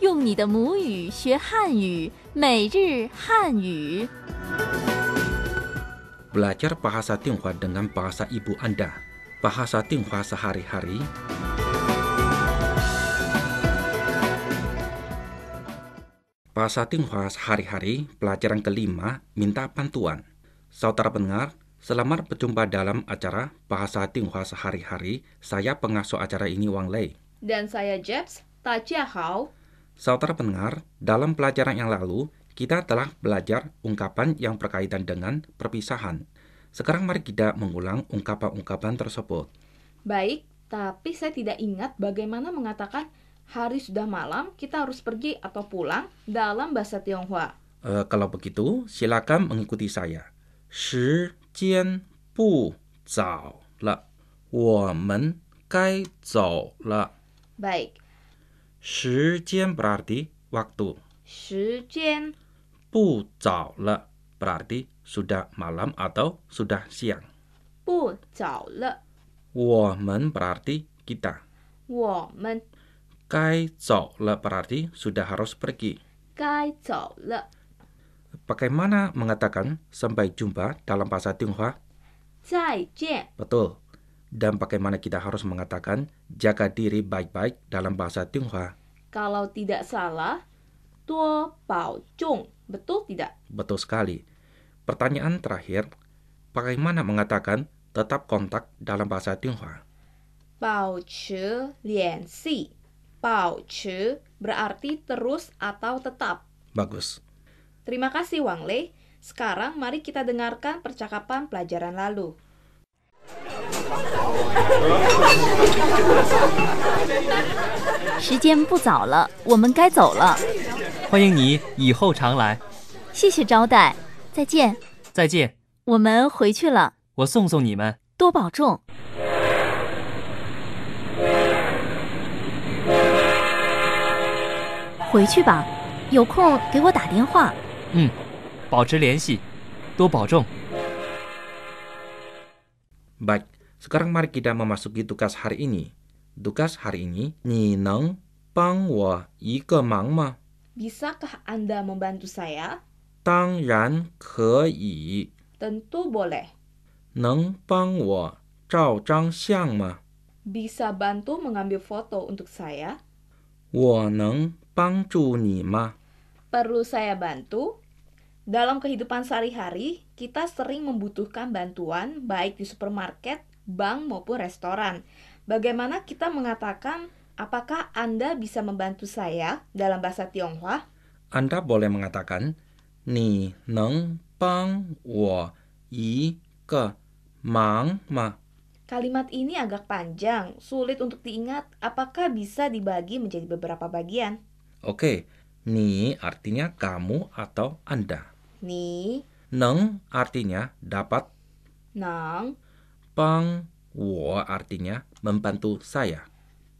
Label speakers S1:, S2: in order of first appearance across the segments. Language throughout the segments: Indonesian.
S1: 用你的母语学汉语，每日汉语。
S2: Belajar bahasa Tionghoa dengan bahasa ibu Anda. Bahasa Tionghoa sehari-hari. 巴萨定华 sehari-hari pelajaran kelima minta bantuan. Saudara pendengar, selamat berjumpa dalam acara Bahasa Tionghoa sehari-hari. Saya pengasuh acara ini Wang Lei.
S3: Dan saya Jeps, Tajia Hao.
S2: Saudara pendengar, dalam pelajaran yang lalu kita telah belajar ungkapan yang berkaitan dengan perpisahan. Sekarang mari kita mengulang ungkapan-ungkapan tersebut.
S3: Baik, tapi saya tidak ingat bagaimana mengatakan hari sudah malam, kita harus pergi atau pulang dalam bahasa Tionghoa.
S2: Eh, kalau begitu, silakan mengikuti saya. 时间不早了，我们该走了。
S3: Baik,
S2: 时间 berarti waktu,
S3: 时间
S2: 不早了 berarti sudah malam atau sudah siang.
S3: 不早了，
S2: 我们 berarti kita,
S3: 我们
S2: 该走了 berarti sudah harus pergi.
S3: 该走了。
S2: Bagaimana mengatakan sampai jumpa dalam bahasa Tionghoa?
S3: 再见，
S2: Betul. Dan bagaimana kita harus mengatakan jaga diri baik-baik dalam bahasa Tionghoa?
S3: kalau tidak salah, 多保重 betul tidak?
S2: Betul sekali. Pertanyaan terakhir, bagaimana mengatakan tetap kontak dalam bahasa Tionghoa?
S3: 保持联系，保持 berarti terus atau tetap.
S2: Bagus.
S3: Terima kasih Wang Lei. Sekarang mari kita dengarkan percakapan pelajaran lalu.
S1: 时间不早了，我们该走了。
S4: 欢迎你以后常来。
S1: 谢谢招待，再见。
S4: 再见，
S1: 我们回去了，
S4: 我送送你们。
S1: 多保重。回去吧，有空给我打电话。
S4: 嗯，保持联系，多保重。
S2: Baik, sekarang mari kita memasuki tugas hari ini. Tugas hari ini, 你能帮我一个忙吗?
S3: Bisakah Anda membantu saya?
S2: 当然可以.
S3: Tentu boleh.
S2: 能帮我照张相吗?
S3: Bisa bantu mengambil foto untuk saya?
S2: 我能帮助你吗?
S3: Perlu saya bantu? Dalam kehidupan sehari-hari, kita sering membutuhkan bantuan baik di supermarket, bank maupun restoran. Bagaimana kita mengatakan apakah Anda bisa membantu saya dalam bahasa Tionghoa?
S2: Anda boleh mengatakan, 你能帮我一个忙吗?
S3: Kalimat ini agak panjang, sulit untuk diingat. Apakah bisa dibagi menjadi beberapa bagian?
S2: Oke, ni artinya kamu atau Anda.
S3: Ni,
S2: Neng artinya dapat,
S3: nang,
S2: pang wo artinya membantu saya.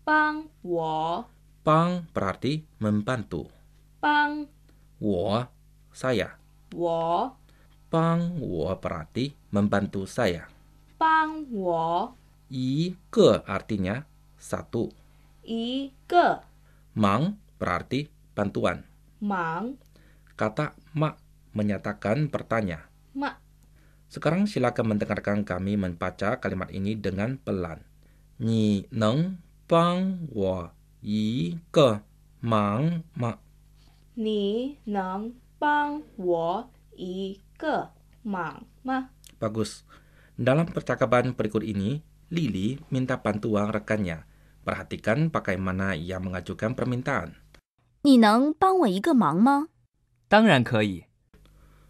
S3: pang, wo,
S2: Pang berarti membantu.
S3: pang,
S2: Wo saya.
S3: wo,
S2: Pang wo berarti membantu saya.
S3: pang, wo,
S2: I ke artinya satu.
S3: i, ke,
S2: Mang berarti bantuan.
S3: mang,
S2: Kata mak menyatakan bertanya.
S3: ma,
S2: Sekarang silakan mendengarkan kami membaca kalimat ini dengan pelan. 你能帮我一个忙吗?
S3: ni, nang, pang, wo, i, ke, mang, ma.
S2: Bagus. Dalam percakapan berikut ini, Lili minta bantuan rekannya. Perhatikan bagaimana ia mengajukan permintaan.
S1: 你能帮我一个忙吗？
S4: 当然可以，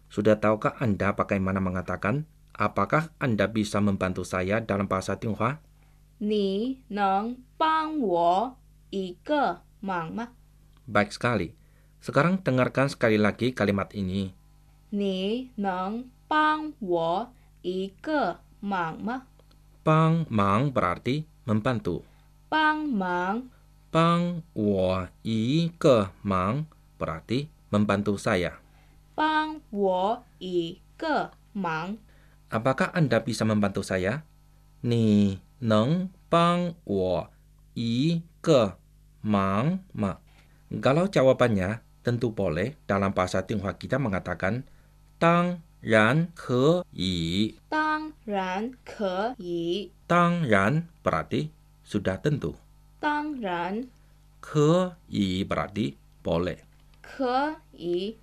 S2: Sudah tahukah Anda bagaimana mengatakan, apakah Anda bisa membantu saya dalam bahasa Tionghoa?
S3: 你能帮我一个忙吗？
S2: Baik sekali. Sekarang dengarkan sekali lagi kalimat ini.
S3: 你能帮我一个忙吗？
S2: Pang mang berarti membantu.
S3: 帮忙，
S2: Pang wo i ke mang berarti membantu saya.
S3: 帮我一个忙。
S2: Apakah Anda bisa membantu saya? Ni neng pang wo i ke mang ma. Kalau jawabannya tentu boleh dalam bahasa Tionghoa kita mengatakan tang ran ke yi.
S3: 当然可以，
S2: Tang ran berarti sudah tentu.
S3: 当然
S2: Ke yi berarti boleh.
S3: 可以。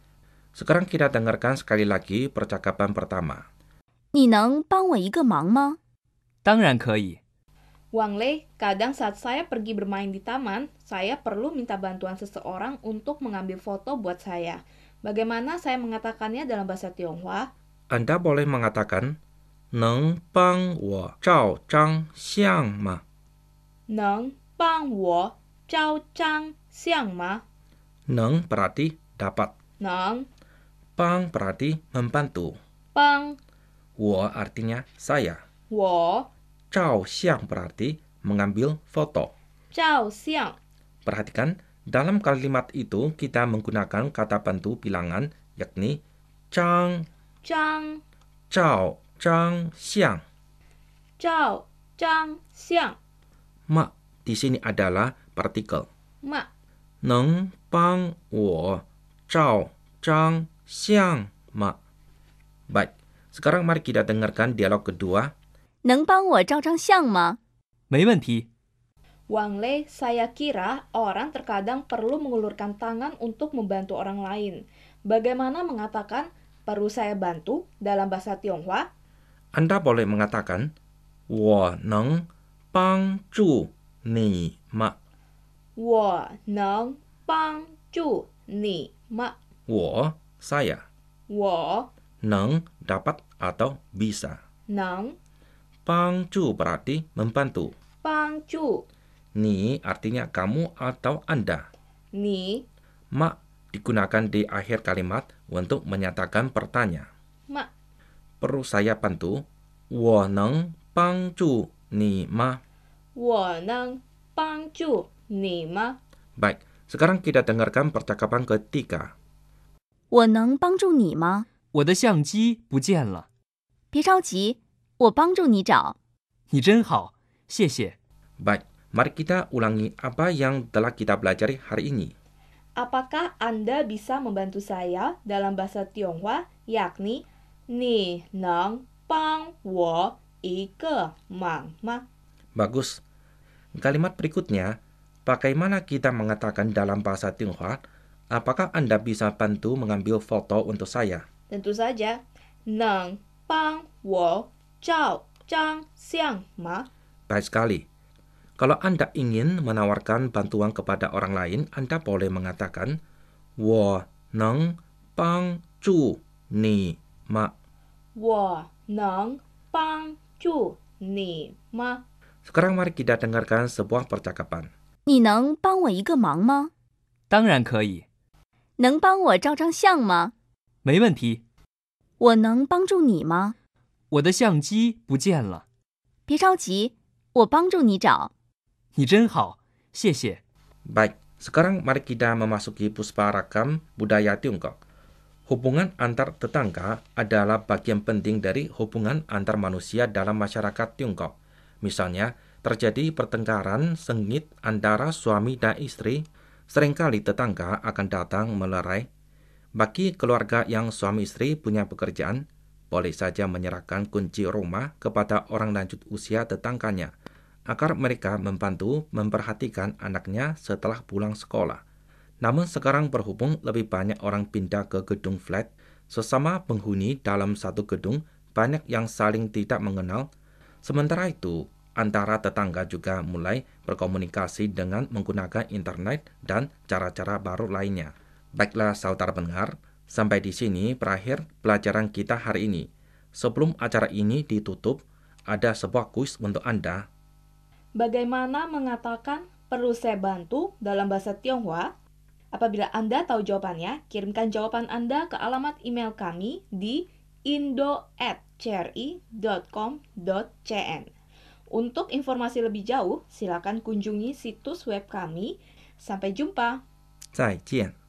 S2: Sekarang kita dengarkan sekali lagi percakapan pertama.
S1: 你能帮我一个忙吗？
S4: 当然可以。
S3: Wang Lei, kadang saat saya pergi bermain di taman, saya perlu minta bantuan seseorang untuk mengambil foto buat saya. Bagaimana saya mengatakannya dalam bahasa Tionghoa?
S2: Anda boleh mengatakan Neng bang wo zhao zhang xiang ma.
S3: Neng bang wo zhao zhang xiang ma?
S2: Neng berarti dapat.
S3: Neng
S2: Bang berarti membantu.
S3: bang
S2: Wo artinya saya.
S3: wo
S2: Zhao xiang berarti mengambil foto.
S3: zhao xiang.
S2: Perhatikan, dalam kalimat itu kita menggunakan kata bantu bilangan yakni zhang,
S3: Zhang
S2: zhao, zhang, xiang.
S3: zhao zhang xiang
S2: Ma di sini adalah partikel.
S3: ma.
S2: Neng bang wo zhao zhang xiang ma. Baik, sekarang mari kita dengarkan dialog kedua.
S1: 能帮我照张相吗？
S4: 没问题。
S3: Wang Lei, saya kira orang terkadang perlu mengulurkan tangan untuk membantu orang lain. Bagaimana mengatakan perlu saya bantu dalam bahasa Tionghoa?
S2: Anda boleh mengatakan wo neng bang zhu ni ma.
S3: Wo neng bang ju ni ma.
S2: Wo saya,
S3: Wo
S2: neng dapat atau bisa.
S3: neng
S2: Bang zhu berarti membantu.
S3: bang ju
S2: Ni artinya kamu atau Anda.
S3: ni
S2: Ma digunakan di akhir kalimat untuk menyatakan pertanyaan.
S3: ma.
S2: perlu saya bantu? 我能帮助你吗?
S3: Wo neng bang ju ni ma.
S2: Baik, sekarang kita dengarkan percakapan ketiga.
S1: 我能帮助你吗？
S4: 我的相机不见了，
S1: 别着急，我帮助你找。
S4: 你真好，谢谢。
S2: Baik, mari kita ulangi apa yang telah kita pelajari hari ini.
S3: Apakah Anda bisa membantu saya dalam bahasa Tionghoa, yakni Ni neng bang wo ike mang ma?
S2: Bagus. Kalimat berikutnya, bagaimana kita mengatakan dalam bahasa Tionghoa, apakah Anda bisa bantu mengambil foto untuk saya?
S3: Tentu saja, neng bang wo zhao zhang xiang ma?
S2: Baik sekali. Kalau Anda ingin menawarkan bantuan kepada orang lain, Anda boleh mengatakan 我能帮助你吗?
S3: Wo neng bang ju ni ma?
S2: Sekarang mari kita dengarkan sebuah percakapan.
S1: 你能帮我一个忙吗？
S4: 当然可以，
S1: 能帮我照张相吗？
S4: 没问题。
S1: 我能帮助你吗？
S4: 我的相机不见了，
S1: 别着急，我帮助你找。
S4: 你真好，谢谢。
S2: Baik, sekarang mari kita memasuki puspa rakam budaya Tiongkok. Hubungan antar tetangga adalah bagian penting dari hubungan antar manusia dalam masyarakat Tiongkok. Misalnya, terjadi pertengkaran sengit antara suami dan istri, seringkali tetangga akan datang melerai. Bagi keluarga yang suami istri punya pekerjaan, boleh saja menyerahkan kunci rumah kepada orang lanjut usia tetangganya, agar mereka membantu memperhatikan anaknya setelah pulang sekolah. Namun sekarang berhubung lebih banyak orang pindah ke gedung flat, sesama penghuni dalam satu gedung banyak yang saling tidak mengenal. Sementara itu, antara tetangga juga mulai berkomunikasi dengan menggunakan internet dan cara-cara baru lainnya. Baiklah saudara pendengar, sampai di sini berakhir pelajaran kita hari ini. Sebelum acara ini ditutup, ada sebuah kuis untuk Anda
S3: Bagaimana mengatakan perlu saya bantu dalam bahasa Tionghoa? Apabila Anda tahu jawabannya, kirimkan jawaban Anda ke alamat email kami di indo@cri.com.cn. Untuk informasi lebih jauh, silakan kunjungi situs web kami. Sampai jumpa.
S2: 再见。